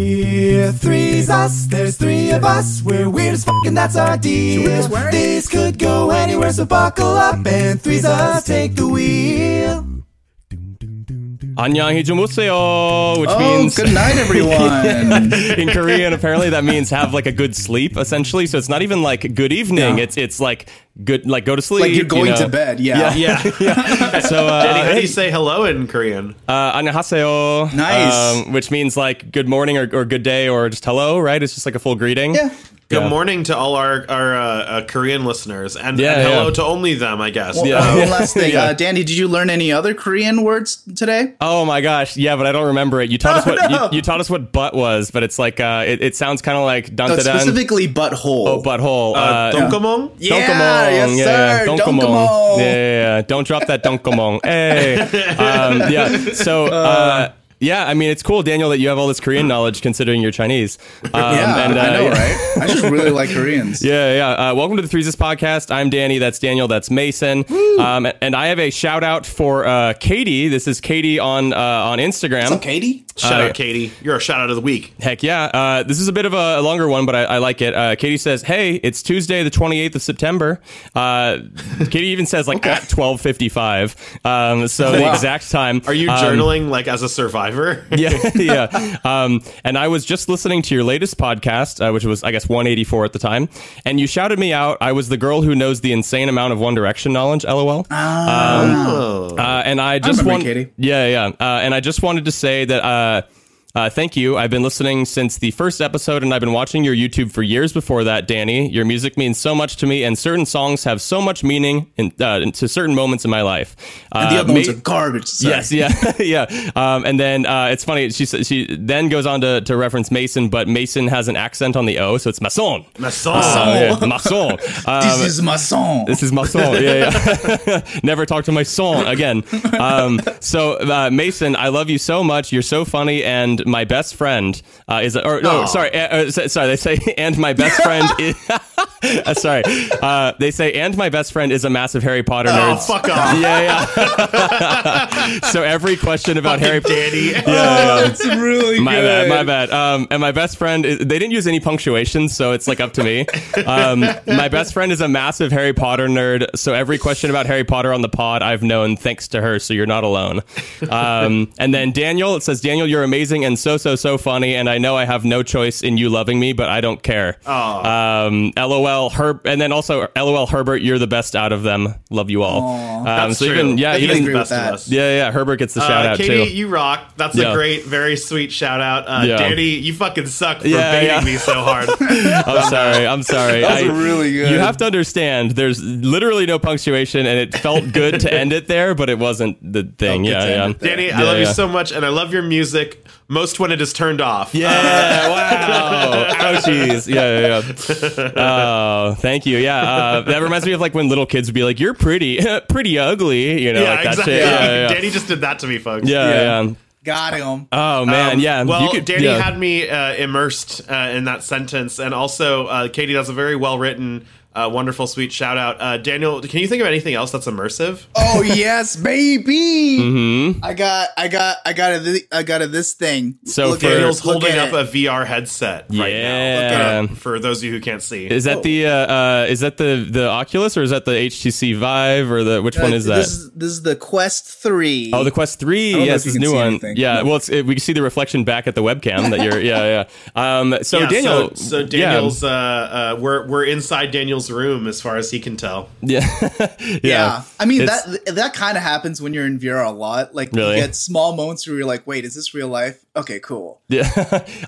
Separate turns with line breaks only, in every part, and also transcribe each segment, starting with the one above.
We're three's us, there's three of us. We're weird as fuck, and that's our deal. This could go anywhere, so buckle up and three's us take the wheel.
안녕히 주무세요, which
Oh,
means
good night, everyone.
in Korean apparently that means have like a good sleep essentially. So it's not even like good evening.
Yeah.
It's it's like good like go to sleep.
Like you're
you
going
know.
to bed. Yeah.
Yeah, yeah. yeah. so uh,
How do
hey,
you say hello in Korean?
uh, 안녕하세요.
Nice.
um, which means like good morning or, or good day or just hello, right? It's just like a full greeting.
Yeah.
Good
Yeah.
morning to all our our uh, uh, Korean listeners, and,
Yeah,
and hello
yeah.
to only them, I guess.
Well,
Yeah.
uh, one last thing.
Yeah.
Uh, Danny, did you learn any other Korean words today?
Oh my gosh, yeah, but I don't remember it. You taught us
Oh,
what
no.
you, you taught us what butt was, but it's like uh, it, it sounds kind of like dun
Uh,
da dun.
specifically, butthole.
Oh, butthole. Uh,
Uh, Donkomong?
yeah,
Donkomong.
yes,
yeah,
sir.
yeah.
Donkomong.
Donkomong. Yeah, yeah, yeah. Don't drop that donkomong. hey. Um, yeah. So, uh, yeah, I mean, it's cool, Daniel, that you have all this Korean knowledge considering you're Chinese. Um,
yeah,
and, uh,
I know,
yeah.
right? I just really like Koreans.
Yeah, yeah. Uh, welcome to the Threeses podcast. I'm Danny. That's Daniel. That's Mason. Um, and I have a shout out for uh, Katie. This is Katie on uh, on Instagram.
So, Katie?
Shout
Uh,
out, Katie. You're a shout out of the week.
Heck yeah. Uh, this is a bit of a, a longer one, but I, I like it. Uh, Katie says, Hey, it's Tuesday, the 28th of September. Uh, Katie even says, like, at 12.55. Um, so the
Wow.
exact time.
Are you
Um,
journaling like as a survivor?
yeah, yeah. Um, and I was just listening to your latest podcast, uh, which was, I guess, 184 at the time. And you shouted me out. I was the girl who knows the insane amount of One Direction knowledge, lol.
Oh.
Uh, and I just
remember
want,
Katie.
yeah, yeah. Uh, and I just wanted to say that uh, uh, thank you. I've been listening since the first episode, and I've been watching your YouTube for years before that, Danny. Your music means so much to me, and certain songs have so much meaning in, uh, to certain moments in my life. Uh,
The other ones
ma-
are garbage. Sorry.
Yes, yeah, yeah. Um, and then uh, it's funny. She sa- she then goes on to, to reference Mason, but Mason has an accent on the O, so it's Mason.
Mason.
Uh, yeah, Mason. Uh,
This is my song.
this is my song. Yeah, yeah. Never talk to my song again. Um, so, uh, Mason, I love you so much. You're so funny, and my best friend uh, is. Or no,
Aw.
sorry, uh, uh, so- sorry. They say, and my best friend is. uh, sorry, uh, they say, and my best friend is a massive Harry Potter
Oh,
nerd.
fuck off.
Yeah, yeah. so every question about Harry Potter.
Danny.
Yeah, yeah.
That's really
My bad,
good.
my bad. Um, and my best friend, is, they didn't use any punctuation, so it's like up to me. Um, my best friend is a massive Harry Potter nerd, so every question about Harry Potter on the pod I've known thanks to her, so you're not alone. Um, and then Daniel, it says, Daniel, you're amazing and so, so, so funny, and I know I have no choice in you loving me, but I don't care. Um, LOL, Herb, and then also LOL, Herbert, you're the best out of them. Love you all. Um,
That's
so
true.
even, yeah,
That's
even-
the
even,
agree with
best of
that.
us.
yeah, yeah, Herbert gets the
Uh,
shout out
Katie,
too.
you rock. That's
Yeah.
a great, very sweet shout out. Uh,
Yeah.
Danny, you fucking suck for
Yeah,
baiting
yeah.
me so hard.
I'm sorry. I'm sorry.
That was
I-
really good.
You have to understand. There's literally no punctuation, and it felt good to end it there, but it wasn't the thing.
good to
yeah,
end
yeah.
it there.
Danny,
Yeah,
I love
yeah.
you so much, and I love your music most when it is turned off.
Yeah! Wow! Ouchies! Yeah, yeah, yeah. Oh, thank you. Yeah, uh, that reminds me of like when little kids would be like, "You're pretty, pretty ugly," you know,
Yeah,
like that
exactly.
shit. Yeah, yeah,
Danny just did that to me, folks.
yeah. yeah,
Yeah.
yeah.
Got him.
Oh man,
Um,
yeah.
Well,
You could-
Danny
yeah.
had me uh, immersed uh, in that sentence, and also uh, Katie does a very well written, uh, wonderful, sweet shout out. Uh, Daniel, can you think of anything else that's immersive?
oh yes, baby.
Mm-hmm.
I got, I got, I got, a, thi- I got a this thing.
So
Look
for-
at it,
Daniel's
look
holding up
at it.
a VR headset right now.
Yeah.
Look it up for those of you who can't see.
Is that the uh, uh, is that the the Oculus or is that the HTC Vive or the which one is that?
Uh, This is, this is the Quest Three.
Oh, the Quest Three.
know
Yes,
if
this
you can
new
see
one.
anything.
Yeah. Well, it's, it, we can see the reflection back at the webcam that you're. Yeah, yeah. Um, so
Yeah,
Daniel.
so, so
yeah.
Daniel's, uh, uh, we're we're inside Daniel's room as far as he can tell.
Yeah. yeah.
yeah. I mean
It's-
that that kind of happens when you're in VR a lot. Like
Really?
you get small moments where you're like, "Wait, is this real life?" Okay, cool.
Yeah.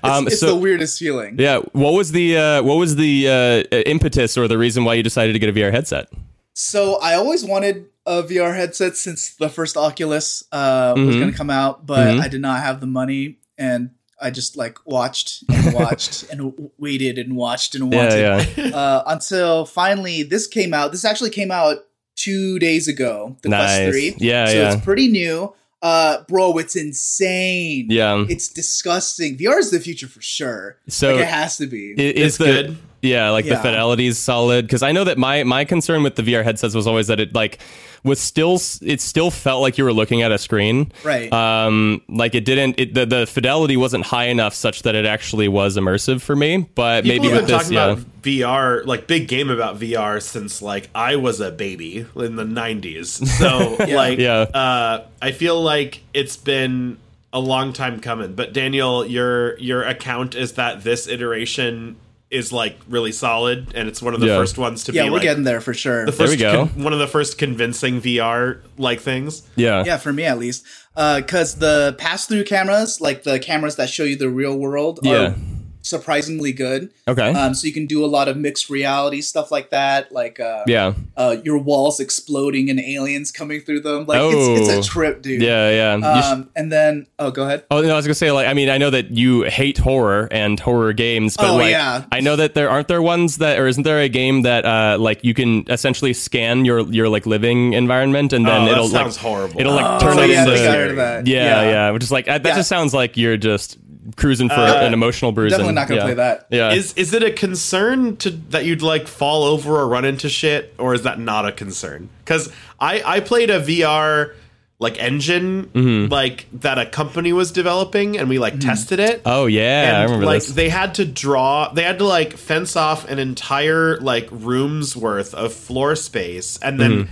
um,
it's the
so.
weirdest feeling.
yeah, what was the uh, what was the uh, impetus or the reason why you decided to get a VR headset?
So I always wanted a VR headset since the first Oculus uh, was
Mhm.
going to come out, but
Mhm.
I did not have the money, and I just like watched and watched and w- waited and watched and
Yeah,
wanted
yeah.
uh, until finally this came out. This actually came out two days ago. The
Nice.
Quest Three.
Yeah,
so
yeah.
it's pretty new. Uh, bro, it's insane.
Yeah.
it's disgusting. VR is the future for sure.
So
like it has to be.
I- is
It's
the
good.
Yeah, like the
Yeah.
fidelity's solid because I know that my my concern with the VR headsets was always that it like was still s- it still felt like you were looking at a screen.
Right.
Um like it didn't it, the the fidelity wasn't high enough such that it actually was immersive for me, but
People
maybe
have
with
been
this
talking
yeah.
about VR, like big game about VR since like I was a baby in the '90s. So like,
Yeah.
uh, I feel like it's been a long time coming. But Daniel, your your account is that this iteration is like really solid, and it's one of the
Yeah.
first ones to
yeah,
be
we're
like
getting there for sure.
the first
we go.
con- one of the first convincing VR like things.
yeah.
yeah, for me at least, because the pass-through cameras, like the cameras that show you the real world,
Yeah.
are surprisingly good.
Okay.
Um, so you can do a lot of mixed reality stuff like that, like uh,
yeah.
uh, your walls exploding and aliens coming through them. Like it's,
Oh.
it's a trip, dude.
Yeah, yeah. You sh-
Um, and then oh, go ahead.
Oh no, I was gonna say like I mean I know that you hate horror and horror games, but
Oh,
like
yeah.
I know that there aren't there ones that or isn't there a game that uh like you can essentially scan your your like living environment and then
Oh, that
it'll like
sounds horrible.
it'll like
Oh,
turn
oh
it
yeah,
into
they got rid of that.
yeah, yeah which is like that
Yeah. Uh,
just sounds like you're just cruising for an emotional bruise.
Definitely not gonna
yeah.
play that.
Yeah,
Is is it a concern to that you'd like fall over or run into shit, or is that not a concern? Because I I played a VR like engine like that a company was developing, and we like tested it.
oh yeah, I
and,
remember
like
this.
they had to draw they had to like fence off an entire like room's worth of floor space and then
Mm-hmm.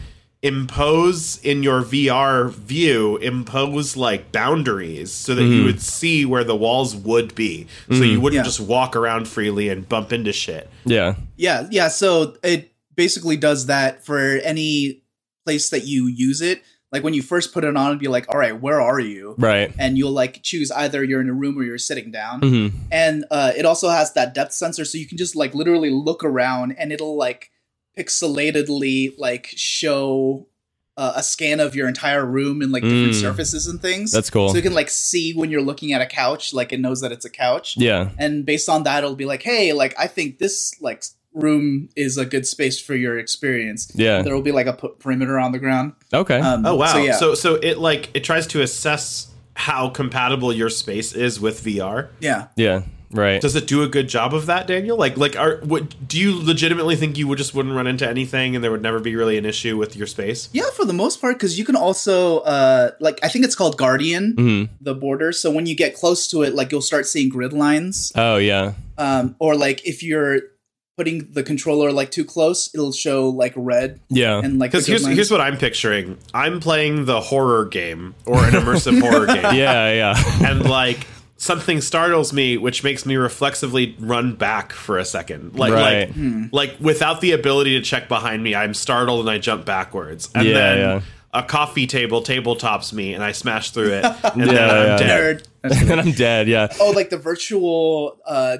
impose in your VR view impose like boundaries so that
Mm-hmm.
you would see where the walls would be so you wouldn't
Yeah. Mm-hmm.
just walk around freely and bump into shit.
yeah,
Yeah, yeah. So it basically does that for any place that you use it. Like when you first put it on, it'd be like, all right, where are you?
right.
And you'll like choose either you're in a room or you're sitting down.
Mhm.
And uh, it also has that depth sensor, so you can just like literally look around and it'll like pixelatedly like show uh, a scan of your entire room and like different
Mm.
surfaces and things.
That's cool.
So you can like see when you're looking at a couch, like it knows that it's a couch
Yeah,
and based on that it'll be like hey like i think this like room is a good space for your experience
Yeah.
there will be like a p- perimeter on the ground
okay.
um,
Oh wow.
so
So,
yeah
so it like it tries to assess how compatible your space is with VR.
yeah
yeah, right.
Does it do a good job of that, Daniel? Like, like, are what do you legitimately think you would just wouldn't run into anything, and there would never be really an issue with your space?
yeah for the most part because you can also uh like i think it's called guardian
Mm-hmm.
Mhm.
the border so when you get close to it like you'll start seeing grid lines
oh yeah,
um or like if you're putting the controller like too close it'll show like red
yeah.
and like the
Because
grid
here's
lines.
here's what I'm picturing. I'm playing the horror game or an immersive horror game,
yeah, yeah,
and like something startles me, which makes me reflexively run back for a second. Like,
Right.
like,
Hmm.
like without the ability to check behind me, I'm startled and I jump backwards, and
Yeah,
then.
yeah.
A coffee table tabletops me and I smash through it, and then I'm
Yeah, yeah.
dead.
Nerd. That's-
and I'm dead. Yeah,
oh like the virtual uh,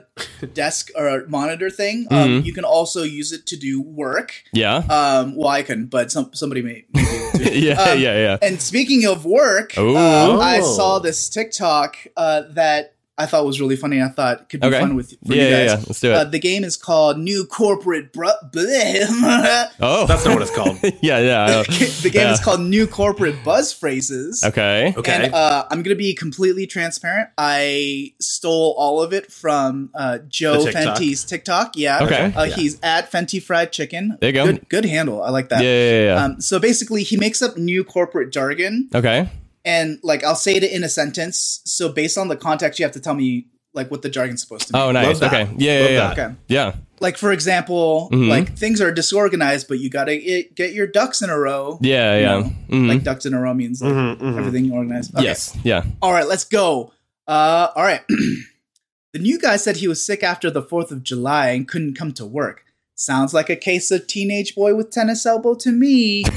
desk or monitor thing um,
Mm-hmm.
you can also use it to do work
yeah,
um, well i couldn't but some, somebody may, may be able to
yeah,
um,
yeah, yeah.
and speaking of work um,
Ooh.
i
Oh.
saw this tiktok uh, that i thought was really funny i thought could be
Okay.
fun with for
Yeah,
you
yeah,
guys
yeah. Let's do it.
Uh, the game is called new corporate bro- bleh.
Oh,
That's not what it's called.
yeah, yeah. I know.
the game is
Oh. Yeah.
called new corporate buzz phrases
Okay.
Okay.
And uh, I'm gonna be completely transparent. I stole all of it from uh, Joe
The TikTok.
Fenty's TikTok. Yeah.
Okay.
Uh,
Yeah.
He's at Fenty Fried Chicken.
There you go.
Good, good handle. I like that.
Yeah, yeah, yeah.
Um, so basically, he makes up new corporate jargon,
okay.
and like I'll say it in a sentence. So based on the context, you have to tell me like what the jargon's supposed to be.
Oh, nice.
that.
Okay. Yeah, yeah,
Love
yeah.
that.
Okay.
Yeah.
Like for example,
Mhm.
like things are disorganized, but you gotta i- get your ducks in a row.
Yeah,
You
yeah.
know,
Mhm.
Like ducks in a row means like
Mhm, mhm.
everything organized. Okay.
Mm-hmm. Yes. Yeah.
All right, let's go. Uh, all right. the new guy said he was sick after the 4th of July and couldn't come to work. Sounds like a case of teenage boy with tennis elbow to me.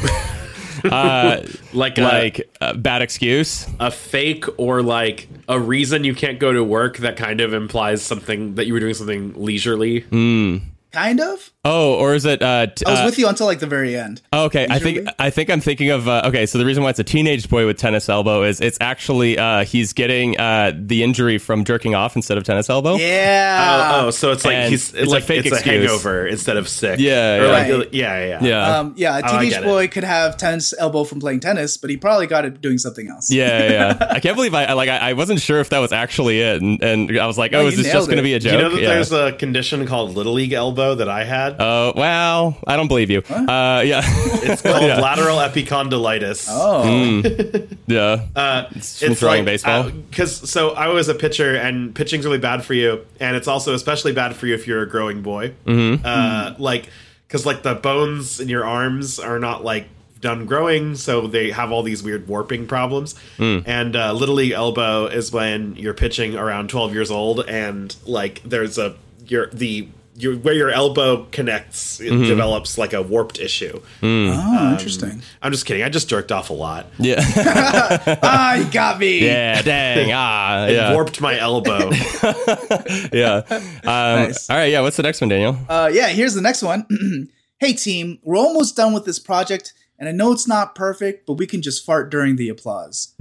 Uh,
Like, like
like uh, bad excuse.
a fake or like a reason you can't go to work that kind of implies something that you were doing something leisurely.
Mm.
kind of.
Oh, or is it? Uh, t-
I was
uh,
with you until like the very end.
oh, okay. I think
leisurely?
I think I'm thinking of. Uh, okay, so the reason why it's a teenage boy with tennis elbow is it's actually uh, he's getting uh, the injury from jerking off instead of tennis elbow.
Yeah.
oh, oh, so it's like
and
he's
it's a
like
fake
it's
excuse.
a hangover instead of sick.
Yeah,
Or
yeah.
like,
Right.
yeah, yeah,
Yeah.
Um, yeah, a
I
teenage
get it.
boy could have tennis elbow from playing tennis, but he probably got it doing something else.
yeah, yeah, yeah. I can't believe I I- like I, I wasn't sure if that was actually it, and, and I was like, oh,
you
is this
nailed
just going to
it.
be a
Do
joke?
you know that
yeah.
there's a condition called little league dildo that I had.
Uh, well, I don't believe you. Uh, yeah,
It's called
yeah.
lateral epicondylitis.
Oh,
Hmm. yeah.
Uh,
from throwing baseball?
Because so I was a pitcher, and pitching's really bad for you, and it's also especially bad for you if you're a growing boy.
Mm-hmm.
Uh, Like because like the bones in your arms are not like done growing, so they have all these weird warping problems.
Mm.
And uh, little league elbow is when you're pitching around 12 years old, and like there's a your the your where your elbow connects
Mm-hmm.
it develops like a warped issue.
Hmm.
oh interesting.
I'm just kidding. I just jerked off a lot.
yeah,
Ah, you got me.
yeah, dang, ah, yeah,
Warped my elbow.
yeah. Um, All right, yeah. What's the next one, Daniel?
Uh, yeah, here's the next one. hey, team, we're almost done with this project, and I know it's not perfect, but we can just fart during the applause.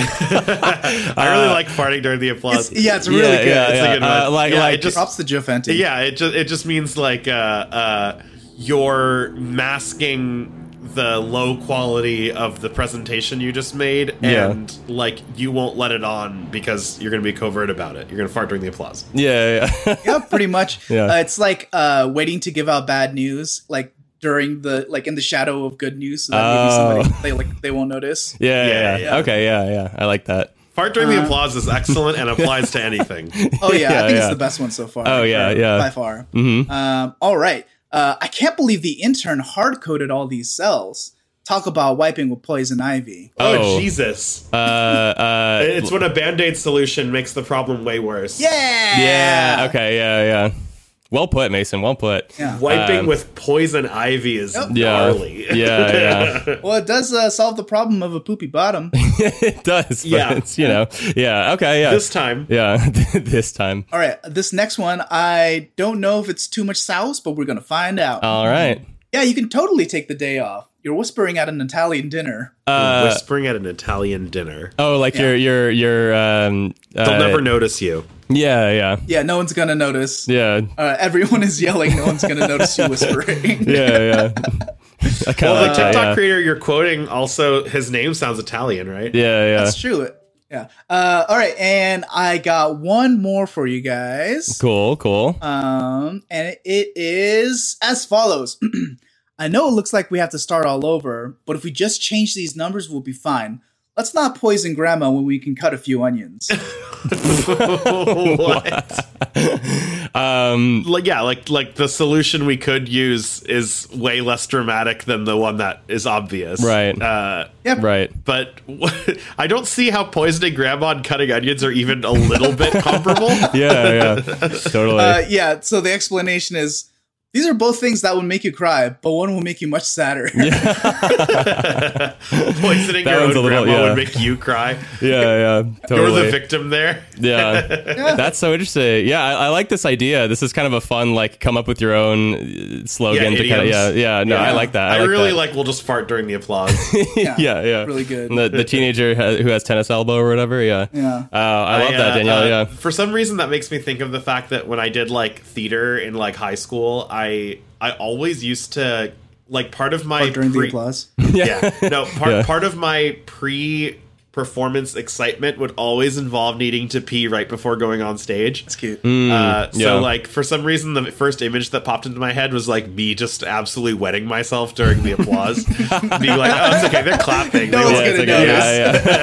I really like farting during the applause.
Uh, It's, yeah, it's really
yeah,
good.
yeah,
It's a
yeah.
good one.
Uh, like,
Yeah,
like,
it just-
Props to Jeff Fenton.
yeah, it just it just means like uh, uh, you're masking the low quality of the presentation you just made,
Yeah.
and like you won't let it on because you're going to be covert about it. You're going to fart during the applause.
yeah, yeah.
yeah, pretty much.
Yeah.
Uh, it's like uh, waiting to give out bad news, like during the like in the shadow of good news, so that maybe
Oh.
somebody they like they won't notice.
Yeah, yeah,
Yeah,
yeah.
yeah.
Okay, yeah, yeah. I like that.
Fart during the applause is excellent and applies to anything.
Uh-huh. Oh yeah,
Yeah,
I think
yeah.
it's the best one so far.
Oh, yeah,
Or-
yeah. Mm-hmm.
by far. Um, all right, uh, I can't believe the intern hard coded all these cells. Talk about wiping with poison ivy.
Oh,
Oh.
Jesus!
Uh, uh,
it's when a band aid solution makes the problem way worse.
Yeah.
yeah. Okay. Yeah, yeah. Well put, Mason. Well put.
Yeah.
Wiping
Um,
with poison ivy is
Uh, Yep.
Yeah.
gnarly.
Yeah, yeah.
Well, it does uh, solve the problem of a poopy bottom.
it does. But
Yeah.
It's, you know. Yeah. Okay. Yeah.
this time.
yeah. this time.
All right, this next one, I don't know if it's too much sauce, but we're going to find out.
All right.
yeah, you can totally take the day off. You're whispering at an Italian dinner.
Uh,
whispering at an Italian dinner.
oh, like your your your um.
They'll
uh,
never notice you.
Yeah. Yeah.
yeah, no one's going to notice.
Yeah.
Uh, everyone is yelling. No one's going to notice you whispering.
Yeah. Yeah. I kind of
Well,
like that.
the TikTok
Yeah.
creator you're quoting also his name sounds Italian, right?
yeah. Yeah.
That's true. Yeah. Uh, all right, and I got one more for you guys.
Cool. Cool.
Uh,
Um, and it is as follows. I know it looks like we have to start all over, but if we just change these numbers, we'll be fine. Let's not poison grandma when we can cut a few onions.
what?
um.
Like, yeah, like like the solution we could use is way less dramatic than the one that is obvious,
Right.
Uh,
Yep.
Right.
but I don't see how poisoning grandma and cutting onions are even a little bit comparable.
Yeah. Yeah. totally.
Uh, yeah. So the explanation is these are both things that would make you cry, but one will make you much sadder.
Poisoning
That
your own
one's a little-
grandma
yeah.
would make you cry.
yeah. Yeah. Totally.
You're the victim there.
yeah that's so interesting yeah I, I like this idea this is kind of a fun like come up with your own uh, slogan
Yeah,
to kind of, yeah
idioms.
yeah no i
Yeah.
like that
I,
i, like
really
that.
like. We'll just fart during the applause.
Yeah.
yeah yeah
Really good.
And the, the teenager ha- who has tennis elbow or whatever yeah
Yeah.
uh, i love
I,
that
uh,
danielle
uh,
yeah
For some reason, that makes me think of the fact that when I did like theater in like high school, I I always used to like part of my
Or during the
pre-
applause.
Yeah, no, part
Yeah.
part of my pre performance excitement would always involve needing to pee right before going on stage.
That's cute.
Mm.
Uh, so
yeah.
like for some reason the first image that popped into my head was like me just absolutely wetting myself during the applause, being like, "Oh, it's okay, they're clapping."
No
They
one's
won't-
yeah, it's
gonna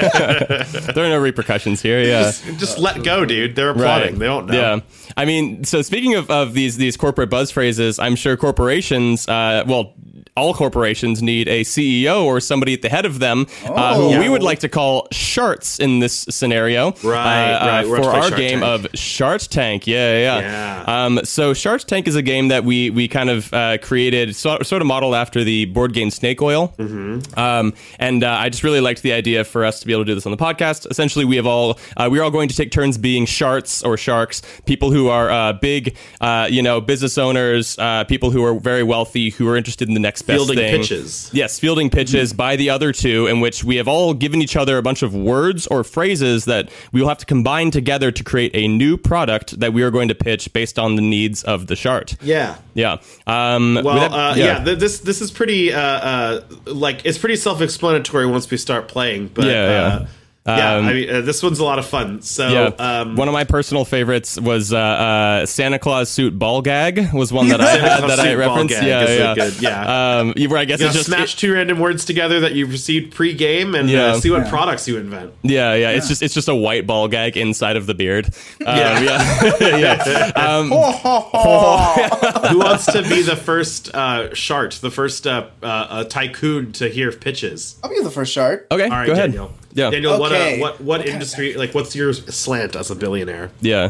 like, yeah, yeah. there are no repercussions here yeah
just, just let go, dude. They're applauding. They don't know.
Yeah, I mean, so speaking of, of these these corporate buzz phrases, I'm sure corporations, uh, well, all corporations need a CEO or somebody at the head of them, uh, who
Oh.
we would like to call sharts in this scenario,
Right,
uh, uh,
right.
for
We're up to
our
Shark
game
Tank.
of Shark Tank. Yeah, yeah.
Yeah.
Um, so Shark Tank is a game that we we kind of uh, created, so, sort of modeled after the board game Snake Oil.
Mm-hmm.
Um, and uh, I just really liked the idea for us to be able to do this on the podcast. Essentially, we have all uh, we're all going to take turns being sharks or sharks, people who are uh, big, uh, you know, business owners, uh, people who are very wealthy, who are interested in the next best
Fielding
thing.
pitches. Mm-hmm.
Yes, fielding pitches by the other two, in which we have all given each other a bunch of words or phrases that we will have to combine together to create a new product that we are going to pitch based on the needs of the shark.
Yeah.
Yeah. Um,
Well,
with that-
uh, yeah. th- this this is pretty uh, uh, like it's pretty self explanatory once we start playing. But
Yeah, yeah.
Uh, yeah,
Um,
I mean, uh, this one's a lot of fun. So,
yeah.
um,
one of my personal favorites was uh, uh, Santa Claus suit ball gag was one that I
Santa
had
Claus
that I
suit ball
referenced.
gag
Yeah,
is so
yeah.
good, yeah.
Um, you- where I guess
you know,
it's just
smash two random words together that you've received pre-game and
Yeah.
uh, see what
Yeah.
products you invent.
Yeah, yeah, It's just it's just a white ball gag inside of the beard. Um,
Yeah.
yeah, yeah. Um,
Ho, Oh, ho, ho.
Uh, Who wants to be the first uh, shart, the first uh, uh, uh, tycoon to hear pitches?
I'll be the first shark.
okay,
All right,
Eh, go ahead.
Daniel.
Yeah,
Daniel, what, uh,
Okay.
what what industry? Like, what's your slant as a billionaire?
yeah.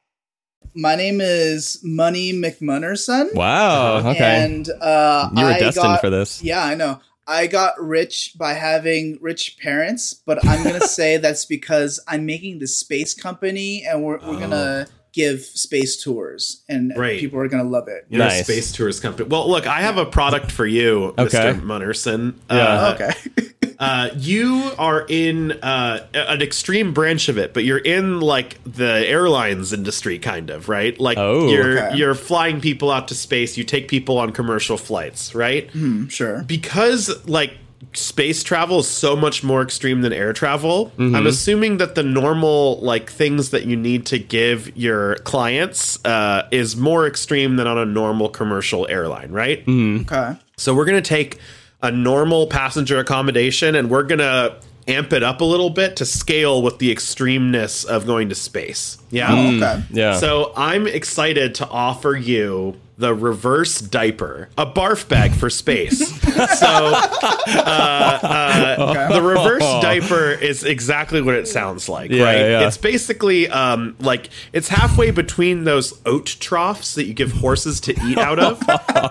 My name is Money McMunnerson.
Wow. Okay.
Uh-huh. And uh,
You were
I
destined
got-
for this.
Yeah, I know. I got rich by having rich parents, but I'm gonna say that's because I'm making this space company, and we're we're gonna
Oh.
give space tours, and
Great.
people are gonna love it.
You know,
Nice.
space tourist company. Well, look, I have a product for you,
Okay.
Mr. Munnerson.
Yeah.
Uh,
Okay.
uh, you are in uh, a- an extreme branch of it, but you're in like the airlines industry, kind of, right? Like
Oh.
you're
Okay.
you're flying people out to space. You take people on commercial flights, right?
Hmm. sure.
because like space travel is so much more extreme than air travel i'm assuming that the normal like things that you need to give your clients uh, is more extreme than on a normal commercial airline right
Okay.
so we're going to take a normal passenger accommodation and we're going to amp it up a little bit to scale with the extremeness of going to space yeah
Okay.
Mm. yeah.
so I'm excited to offer you the reverse diaper, a barf bag for space. so uh, uh, the reverse diaper is exactly what it sounds like,
Oh. Yeah,
right?
yeah.
It's basically um, like it's halfway between those oat troughs that you give horses to eat out of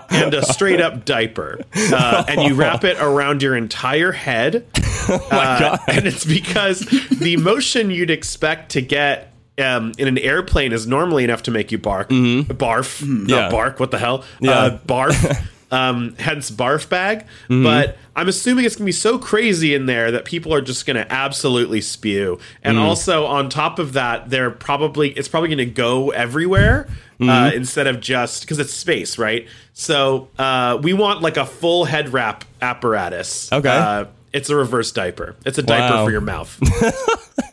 and a straight up diaper, uh, and you wrap it around your entire head. Uh, and it's because the motion you'd expect to get um, in an airplane is normally enough to make you bark, barf,
Mm-hmm. Yeah.
not bark. What the hell?
Yeah.
Uh, barf. Um, hence barf bag,
Mm-hmm.
but I'm assuming it's gonna be so crazy in there that people are just gonna absolutely spew. And
Mm.
also on top of that, they're probably it's probably gonna go everywhere uh,
Mm-hmm.
instead of just because it's space, right? So uh, we want like a full head wrap apparatus.
Okay.
Uh, it's a reverse diaper. It's a diaper
Wow.
for your mouth.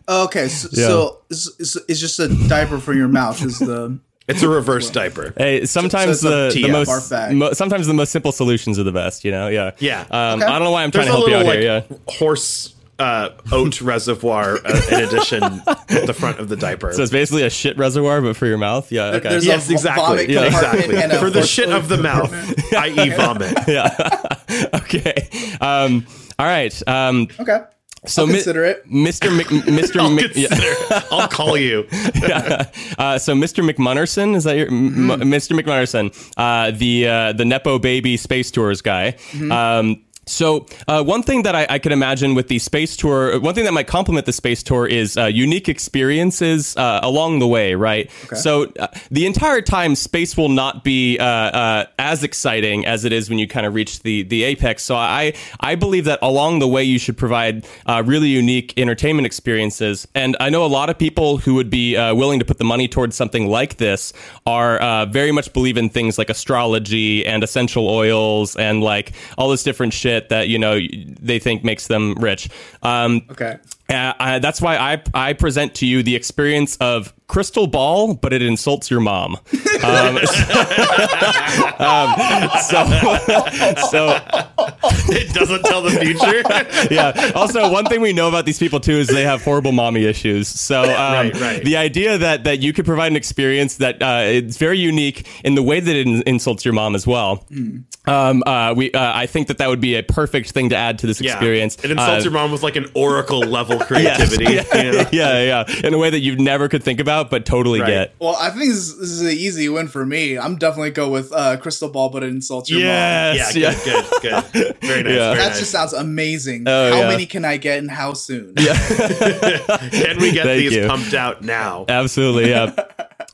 Okay. So, so, so it's just a diaper for your mouth. Is the
It's a reverse diaper.
Hey, sometimes
it's a
the, the
TF
most
barf bag.
mo- sometimes the most simple solutions are the best. You know. Yeah.
Yeah.
Um,
Okay.
I don't know why I'm trying
There's
to help
a
you
little
out
like
here. Yeah.
horse uh, oat reservoir uh, in addition at the front of the diaper.
So it's basically a shit reservoir, but for your mouth. Yeah. Okay.
there's
yes,
a
exactly.
vomit compartment
exactly.
and a
For the shit
horse
of the mouth, i.e., vomit.
okay. Um, all right. Um,
okay.
so
I'll
mi-
consider it.
Mr. Mc, Mr.
I'll,
Mc, yeah.
consider- I'll call you.
Uh, so Mr. McMunnerson, is that your M-
Mm-hmm.
M- Mr. McMunnerson, uh, the uh, the nepo baby space tours guy?
Mm-hmm.
Um, so uh, one thing that I, I can imagine with the space tour, one thing that might complement the space tour is uh, unique experiences uh, along the way, right? So uh, the entire time, space will not be uh, uh, as exciting as it is when you kind of reach the the apex. So I I believe that along the way you should provide uh, really unique entertainment experiences. And I know a lot of people who would be uh, willing to put the money towards something like this are uh, very much believe in things like astrology and essential oils and like all this different shit that you know they think makes them rich. Um,
Okay.
Uh, I, that's why I I present to you the experience of crystal ball, but it insults your mom. Um, so, um, so, so
It doesn't tell the future.
yeah. Also, one thing we know about these people too is they have horrible mommy issues. So, um,
Right, right.
the idea that that you could provide an experience that uh, it's very unique in the way that it in- insults your mom as well.
Hmm.
Um, uh, we uh, I think that that would be a perfect thing to add to this
yeah.
experience.
It insults
Uh,
your mom with like an oracle level creativity. you know?
yeah, yeah, in a way that you never could think about, but totally
Right.
get.
Well, I think this is, this is an easy win for me. I'm definitely go with uh, Crystal Ball, but it insults your mom.
Yes,
Yeah, good, good, good. Very nice.
Yeah.
Very
That
nice.
just sounds amazing.
Oh,
how
yeah.
many can I get and how soon?
Can we get
Thank
these
you.
pumped out now?
absolutely. Yeah.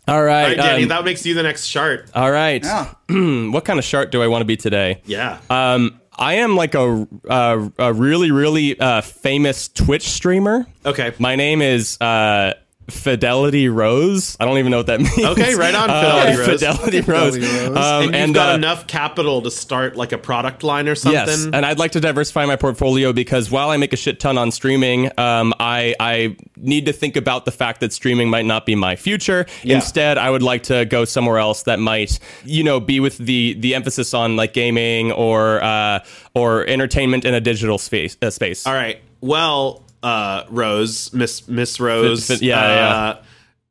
All
All
right.
right, Danny,
um,
that makes you the next chart.
all right.
Yeah.
what kind of shark do I want to be today?
Yeah.
Um, I am like a uh, a really really uh, famous Twitch streamer.
okay.
My name is uh, Fidelity Rose. I don't even know what that means.
Okay, right on,
Uh,
Fidelity Rose.
Fidelity Rose.
Fidelity Rose.
Um,
and you've got
uh,
enough capital to start like a product line or something.
Yes, and I'd like to diversify my portfolio because while I make a shit ton on streaming, um, I I need to think about the fact that streaming might not be my future.
Yeah.
Instead, I would like to go somewhere else that might, you know, be with the the emphasis on like gaming or uh, or entertainment in a digital space. Uh, space.
All right. Well, uh, Rose, Miss Miss Rose.
Fit- fit- yeah,
uh,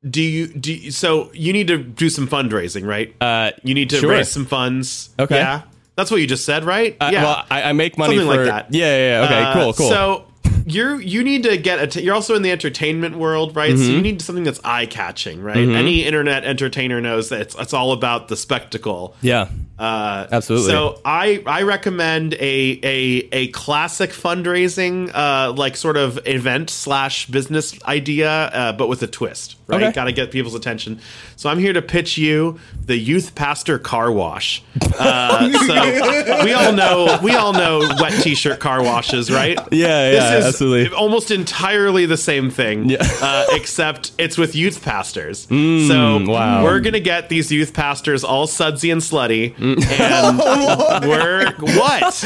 Do you do you- so? You need to do some fundraising, right? Uh, you need to
sure.
raise some funds.
Okay.
Yeah, that's what you just said, right?
Uh, Well, I, I make money
Something
for
like that.
Yeah, yeah, yeah. Okay,
Uh,
cool, cool.
So you you need to get a t- you're also in the entertainment world, right? So you
Mm-hmm.
need something that's eye catching, right? Any internet entertainer knows that it's, it's all about the spectacle.
yeah,
Uh,
Absolutely.
So I I recommend a a a classic fundraising uh, like sort of event slash business idea, uh, but with a twist. Right,
Okay.
got to get people's attention. So I'm here to pitch you the youth pastor car wash. Uh, so we all know we all know wet t-shirt car washes, right?
Yeah, yeah, absolutely.
Almost entirely the same thing, uh, except it's with youth pastors. so
Mm, wow.
we're gonna get these youth pastors all sudsy and slutty,
Mm.
and we're what?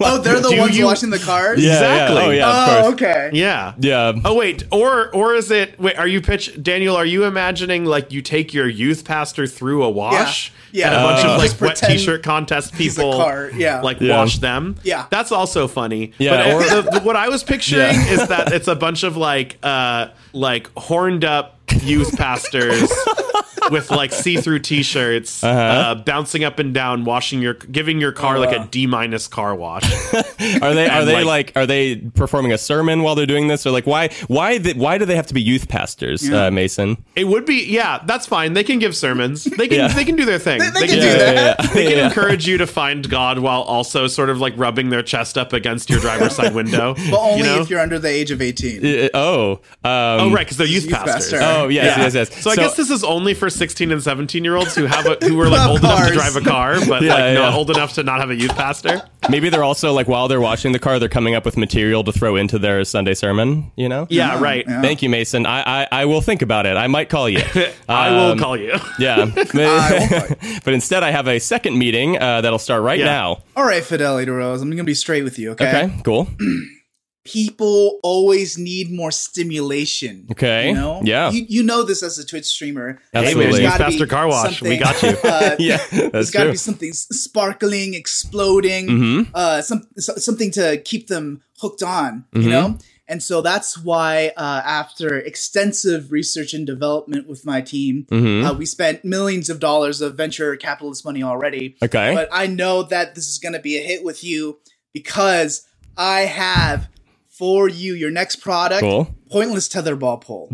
Oh, they're the
Do
ones
you-
watching the cars?
yeah,
exactly. Uh,
Yeah. Oh yeah, of
Oh,
course.
okay.
Yeah.
Yeah.
Oh wait, or or is it? Wait, are you pitch Daniel? Are you imagining like you take your youth pastor through a wash?
Yeah.
And a
Yeah.
bunch
Uh,
of
Just
like wet
pretend
t-shirt contest
a
people,
car, yeah.
like
Yeah.
wash them.
Yeah.
That's also funny.
Yeah,
But uh,
or-
the, the- what I was picturing
Yeah.
is that it's a bunch of like uh like horned up youth pastors. With like see-through T-shirts,
Uh-huh.
uh bouncing up and down, washing your, giving your car like
Uh-huh.
a D minus car wash.
Are they are
And,
they
like-
like, are they performing a sermon while they're doing this or like why why th- why do they have to be youth pastors, uh, Mason?
It would be, yeah, that's fine. They can give sermons. They can,
Yeah.
they can do their thing. They,
can do that.
They can encourage you to find God while also sort of like rubbing their chest up against your driver's side window.
But only
you know?
if you're under the age of 18.
Uh, Oh, um,
Oh right, because they're youth,
Youth
pastors.
pastor.
oh yes,
Yeah.
yes, yes.
So, I guess this is only for sixteen and seventeen year olds who have a, who were like
Love
old enough to
cars.
drive a car, but
Yeah,
like not
yeah.
old enough to not have a youth pastor.
maybe they're also like while they're washing the car, they're coming up with material to throw into their Sunday sermon. You know?
Yeah, right.
Thank you, Mason. I I, I will think about it. I might call you.
I will
Um,
call you.
Yeah,
will call
but instead, I have a second meeting uh, that'll start right
Yeah.
now.
All right, Fidelity Rose, I'm going to be straight with you, okay?
Okay, cool.
People always need more stimulation.
Okay.
You know?
Yeah.
You, you know this as a Twitch streamer.
Hey,
there's
man,
gotta
youth
be
pastor car wash, we
something,
got you.
uh,
Yeah,
There's
that's true.
got to
Mm-hmm.
be something s- sparkling, exploding, uh, some so- something to keep them hooked on,
Mm-hmm.
you know. And so that's why, uh, after extensive research and development with my team,
Mm-hmm.
uh, we spent millions of dollars of venture capitalist money already.
Okay.
but I know that this is going to be a hit with you because I have for you your next product,
Cool.
pointless tetherball pole.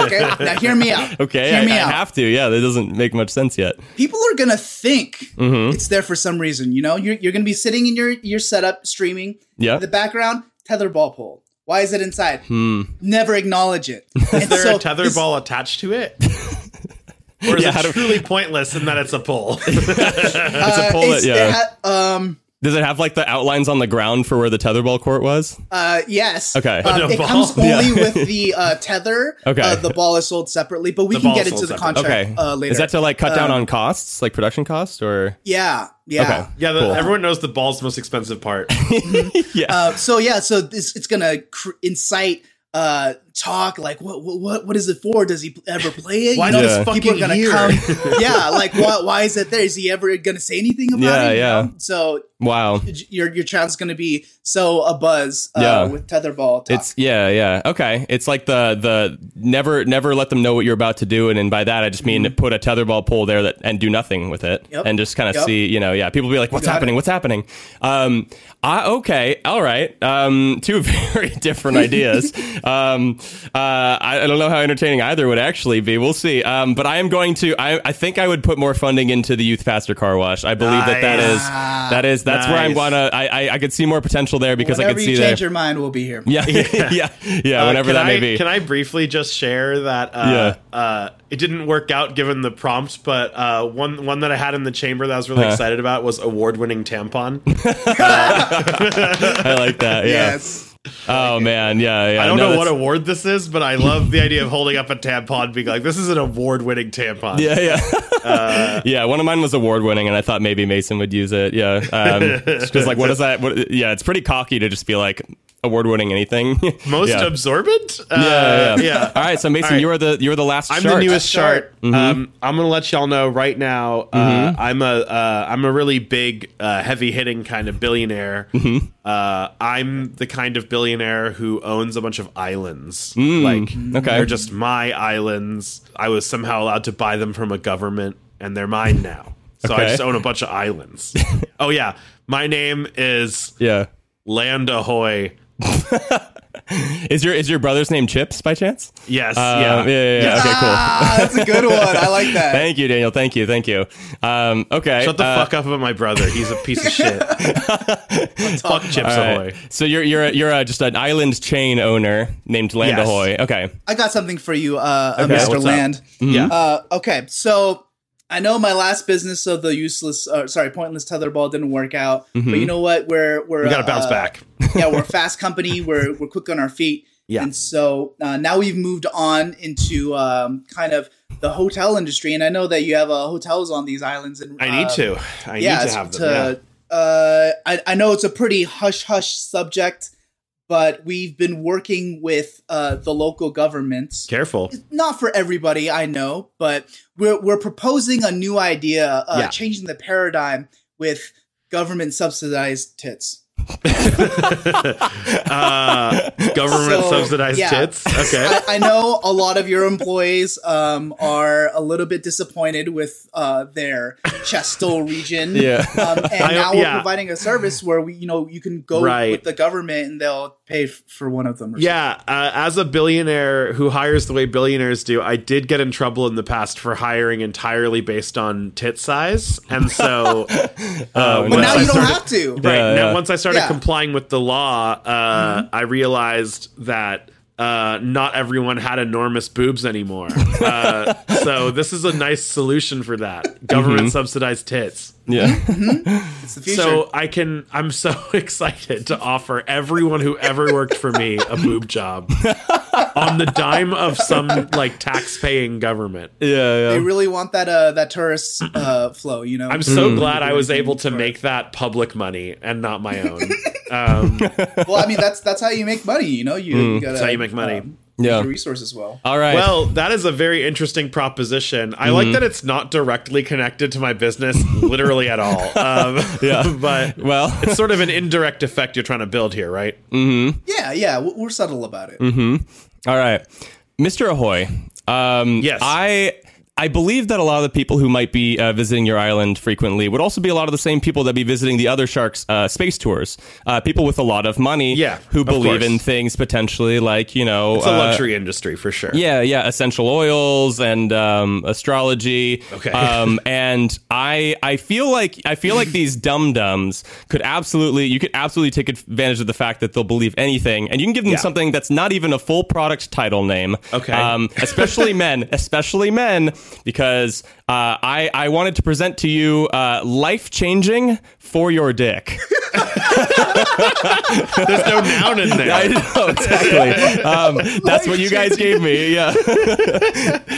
okay, now hear me out.
Okay,
hear
I,
me
I
out
have to. Yeah, that doesn't make much sense yet.
people are gonna think
Mm-hmm.
it's there for some reason. You know, you're, you're gonna be sitting in your your setup streaming.
Yeah.
In the background, tetherball pole. Why is it inside?
Hmm.
Never acknowledge it.
Is there a tether ball attached to it? Or is
Yeah, how
it
do-
truly pointless in that it's a
pole
pole?
that- yeah.
uh, um.
Does it have like the outlines on the ground for where the tetherball court was?
Uh. Yes.
Okay.
Um,
But a
it
ball?
comes
Yeah.
only with the uh, tether.
Okay.
Uh, the ball is sold separately, but we
The
can
ball
get
is
into
sold
the
separate.
contract
Okay.
uh, later.
Is that to like cut down
Um,
on costs, like production costs, or
Yeah. Yeah.
Okay.
Yeah, the,
Cool.
everyone knows the ball's the most expensive part.
Uh, so yeah, so this, it's gonna cr- incite uh, talk like what what- what what is it for? Does he ever play it?
Why
You know,
not
fucking
people are gonna
here?
come? yeah, like why why is it there? Is he ever gonna say anything about
Yeah,
it? You
yeah.
know? So
Wow.
y- your your child's gonna be so abuzz uh,
Yeah.
with tetherball talk.
It's yeah, yeah. Okay. It's like the the never never let them know what you're about to do and, and by that I just mean put a tetherball pole there that and do nothing with it
Mm-hmm. Yep.
and just kind of
Yep.
see, you know, yeah, people be like what's
got
happening?
it.
What's happening? Um I, okay, all right. Um two very different ideas. um uh I, I don't know how entertaining either would actually be. We'll see. Um but I am going to I I think I would put more funding into the youth faster car wash. I believe that that
Nice.
is that is that's where I'm
Nice.
going to I, I I could see more potential there because I
Whenever
could
you
see there
change your mind, we'll be here.
yeah, yeah, yeah, yeah.
Uh,
whenever
can
that
I,
may be.
Can I briefly just share that? Uh, uh, it didn't work out given the prompt, but uh, one one that I had in the chamber that I was really
Huh.
excited about was award winning tampon.
I like that. Yeah.
Yes.
Oh man. Yeah. Yeah.
I don't
No,
know what
that's-
award this is, but I love the idea of holding up a tampon, and being like, "This is an award winning tampon."
Yeah. Yeah.
Uh,
yeah. One of mine was award winning, and I thought maybe Mason would use it. Yeah. Because like, what is that? What, yeah. It's pretty cocky to just be like award winning anything.
Most
yeah.
absorbent. Uh,
yeah, yeah, yeah.
yeah.
All right. So Mason,
All right.
you are the you are the last.
I'm
shark.
the newest
Shark.
chart. Um, I'm gonna let y'all know right now. Uh,
Mm-hmm.
I'm a uh, I'm a really big, uh, heavy hitting kind of billionaire.
Mm-hmm.
Uh, I'm the kind of billionaire who owns a bunch of islands. Like
Mm. okay.
they're just my islands. I was somehow allowed to buy them from a government, and they're mine now. So
Okay.
I just own a bunch of islands. oh yeah, my name is
Yeah.
Land Ahoy.
Is your is your brother's name Chips by chance?
Yes,
Um,
yeah,
yeah. Yeah. yeah. Okay. Cool.
Ah, that's a good one. I like that.
Thank you, Daniel. Thank you. Thank you. Um, okay.
Shut the
uh,
fuck up about my brother. He's a piece of shit. fuck Chips
all right.
Ahoy.
So you're you're a, you're a, just an island chain owner named Land
Yes.
Ahoy. Okay.
I got something for you, uh, uh,
Okay,
what's
Mr.
Mm-hmm. up?
Land.
Yeah.
Uh, okay, so I know my last business of the useless, uh, sorry, pointless tetherball didn't work out, but you know what? We're we're
Mm-hmm. We got to
uh,
bounce
uh,
back.
yeah, we're a fast company. We're we're quick on our feet.
Yeah.
And so uh, now we've moved on into um, kind of the hotel industry, and I know that you have uh, hotels on these islands. And
I need
uh,
to. I
yeah,
need
it's
to have them.
to- Uh, I, I know it's a pretty hush hush subject, but we've been working with uh, the local government
yeah. Careful.
not for everybody, I know, but we're we're proposing a new idea, uh,
Yeah.
changing the paradigm with government subsidized tits.
Uh, government
So,
subsidized
yeah.
tits. Okay.
I, I know a lot of your employees um, are a little bit disappointed with uh, their chestal region,
Yeah.
um, and
I-
now we're
yeah.
providing a service where we, you know, you can go
Right.
with the government and they'll pay f- for one of them. Or
Yeah, uh, as a billionaire who hires the way billionaires do, I did get in trouble in the past for hiring entirely based on tit size, and so uh,
something. but
once
now
I
you don't
started-
have to.
Right.
Yeah,
now,
yeah. Mm-hmm.
once I started
Yeah.
complying with the law, uh, I realized that uh, not everyone had enormous boobs anymore. Uh, so this is a nice solution for
Mm-hmm.
that. Government subsidized tits.
Yeah.
It's the future.
So um, I can. I'm so excited to offer everyone who ever worked for me a boob job on the dime of some like tax-paying government.
Yeah,
they
yeah.
really want that uh, that tourist uh, flow. You know,
I'm
Mm-hmm.
so glad I was able to make that public money and not my own.
Mm-hmm. well, I mean, that's that's how you make money. You know, you, you
Mm.
gotta, um,
That's how you make money.
use
Yeah.
your resources well.
All right. Mm-hmm.
Well, that is a very interesting proposition. I like that it's not directly connected to my business, literally at all. Um,
Yeah.
but
Well.
it's sort of an indirect effect you're trying to build here, right?
Mm,
Yeah, yeah, we- we're subtle about it.
Mm-hmm.
all right. Mr. Ahoy. Um
Yes.
I I believe that a lot of the people who might be uh, visiting your island frequently would also be a lot of the same people that be visiting the other sharks' uh, space tours. Uh, people with a lot of money,
Yeah,
who
of
believe
course.
in things potentially like you know
It's a
uh,
luxury industry for sure.
Yeah, yeah, essential oils and um, astrology.
Okay.
Um, and I, I feel like I feel like these dum dums could absolutely you could absolutely take advantage of the fact that they'll believe anything, and you can give them
Yeah.
something that's not even a full product title name. Um,
Okay.
especially men, especially men, because uh, I I wanted to present to you uh, life changing for your dick.
There's no noun in there.
I know exactly. Um, that's what you guys gave me. Yeah,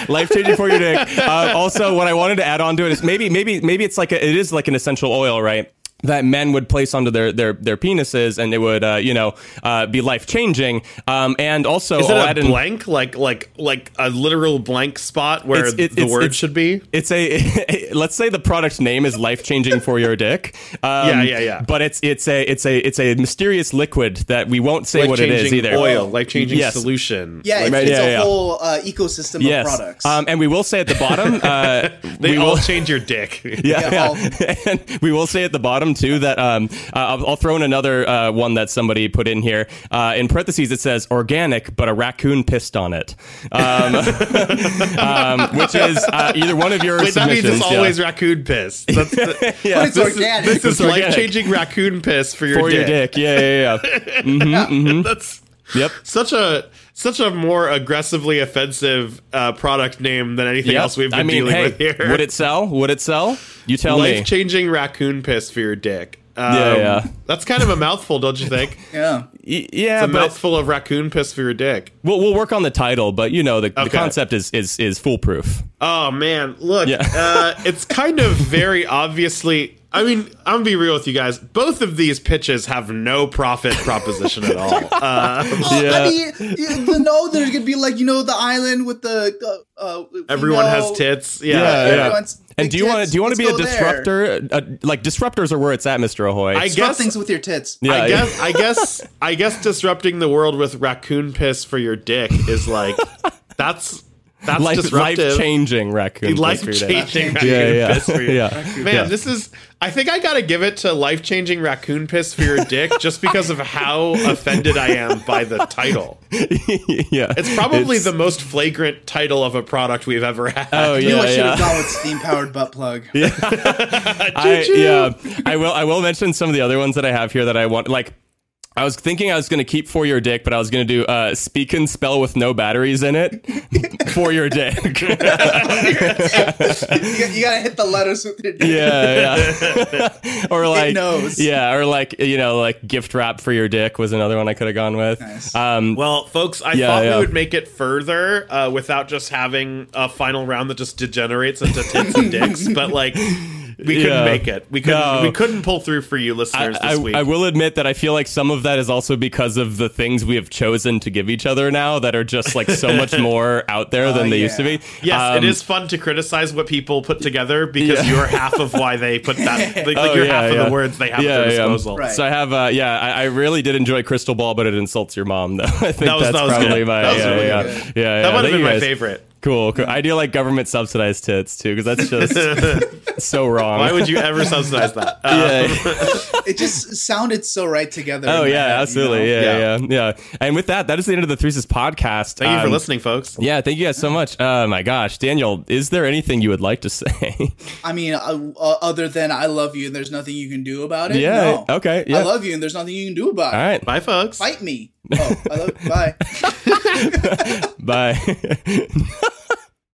life changing for your dick. Uh, also, what I wanted to add on to it is maybe, maybe, maybe it's like a, it is like an essential oil, right? that men would place onto their their their penises, and it would uh, you know uh, be life changing. Um, and also,
Is it
I'll
a
add in-
blank, like like like a literal blank spot where
It's- it-
the
it's-
word
it's-
should be?
It's a let's say the product's name is life changing for your dick. Um,
Yeah, yeah, yeah.
But it's it's a it's a it's a mysterious liquid that we won't say what it is
Life-changing
either.
Oil, like changing
Yes.
solution.
Yeah, it's,
Right,
it's
yeah,
a
yeah.
whole uh, ecosystem
Yes.
of products.
Um, and we will say at the bottom. Uh,
They
we
all
will,
change your dick.
yeah,
Yeah,
yeah. and we will say at the bottom too that um, uh, I'll, I'll throw in another uh, one that somebody put in here. Uh, in parentheses, it says organic, but a raccoon pissed on it, um, um, which is uh, either one of your
Wait, that means
submissions.
it's
yeah.
always raccoon piss. That's the,
but it's
this is-
organic.
This is
It's organic.
life changing raccoon piss for your
for your
dick.
dick. Yeah, yeah, yeah.
That's
yep.
such a such a more aggressively offensive uh, product name than anything
Yep.
else we've been
I mean,
dealing
hey,
with here.
Would it sell? Would it sell? You tell
life
me.
changing raccoon piss for your dick? Um,
Yeah, yeah.
That's kind of a mouthful, don't you think?
yeah.
Y- yeah,
a
but
mouthful of raccoon piss for your dick.
we'll, we'll work on the title. But you know, the, the
Okay.
concept is is is foolproof.
Oh man, look,
Yeah.
uh, it's kind of very obviously. I mean, I'm gonna be real with you guys. Both of these pitches have no profit proposition at all. Uh,
Oh,
Yeah.
I mean, you, you know, there's gonna be like you know the island with the uh, uh,
everyone
female-
has tits. Yeah,
Yeah, yeah.
everyone's
Uh, And
big
do you want to
tits.
do you want to
Let's
be a
go there.
disruptor? Uh, like disruptors are where it's at, Mister Ahoy.
I
Disrupt
guess.
things with your tits.
Yeah.
I guess. I guess. I guess disrupting the world with raccoon piss for your dick is like that's that's
life life
disruptive.
changing raccoon.
Life
Piss for your dick.
changing raccoon
Yeah, yeah,
piss for your
yeah.
Man, this is. I think I gotta give it to life changing raccoon piss for your dick just because of how offended I am by the title.
yeah.
It's probably
It's-
the most flagrant title of a product we've ever had.
Oh
You know, I
yeah,
should
yeah.
have gone with steam powered butt plug.
I, yeah, I will. I will mention some of the other ones that I have here that I want. Like, I was thinking I was going to keep for your dick, but I was going to do uh, speak and spell with no batteries in it for your dick. yeah,
You, got- you gotta hit the letters with your dick.
yeah. or like,
knows.
yeah, or like you know, like gift wrap for your dick was another one I could have gone with. Um,
Well, folks, I
Yeah,
thought
yeah.
we would make it further uh, without just having a final round that just degenerates into tits and dicks, but like we couldn't
Yeah.
make it. We couldn't.
No.
We couldn't pull through for you, listeners,
I,
this
I-
week.
I will admit that I feel like some of that is also because of the things we have chosen to give each other now that are just like so much more out there than they used to
yeah.
be.
Ah, Yes,
Um,
it is fun to criticize what people put together because
Yeah.
you're half of why they put that. Like, like
Oh,
you're
yeah,
half of
yeah.
the words they have
Yeah,
at their
yeah.
disposal.
Right.
So I have, uh, yeah, I, I really did enjoy Crystal Ball, but it insults your mom, though. I think
That was-
that's
that was good.
probably my,
That was
yeah,
really
yeah,
good.
yeah, yeah.
That might
Thank
have been
you
my
guys.
favorite.
Cool, cool. I do like government subsidized tits too, because that's just so wrong.
Why would you ever subsidize that? Uh,
yeah.
It just sounded so right together. in
Oh
my head,
yeah,
you
absolutely.
know?
Yeah, yeah, yeah, And with that, that is the end of the Threesis podcast.
Thank you for
Um,
listening, folks.
Yeah, thank you guys so much. Oh my gosh, Daniel, is there anything you would like to say?
I mean, uh, uh, other than I love you and there's nothing you can do about it.
Yeah,
no.
okay, yeah.
I love you and there's nothing you can do about
All
it.
right,
Bye, folks.
Fight me. Oh, I love. Bye.
bye.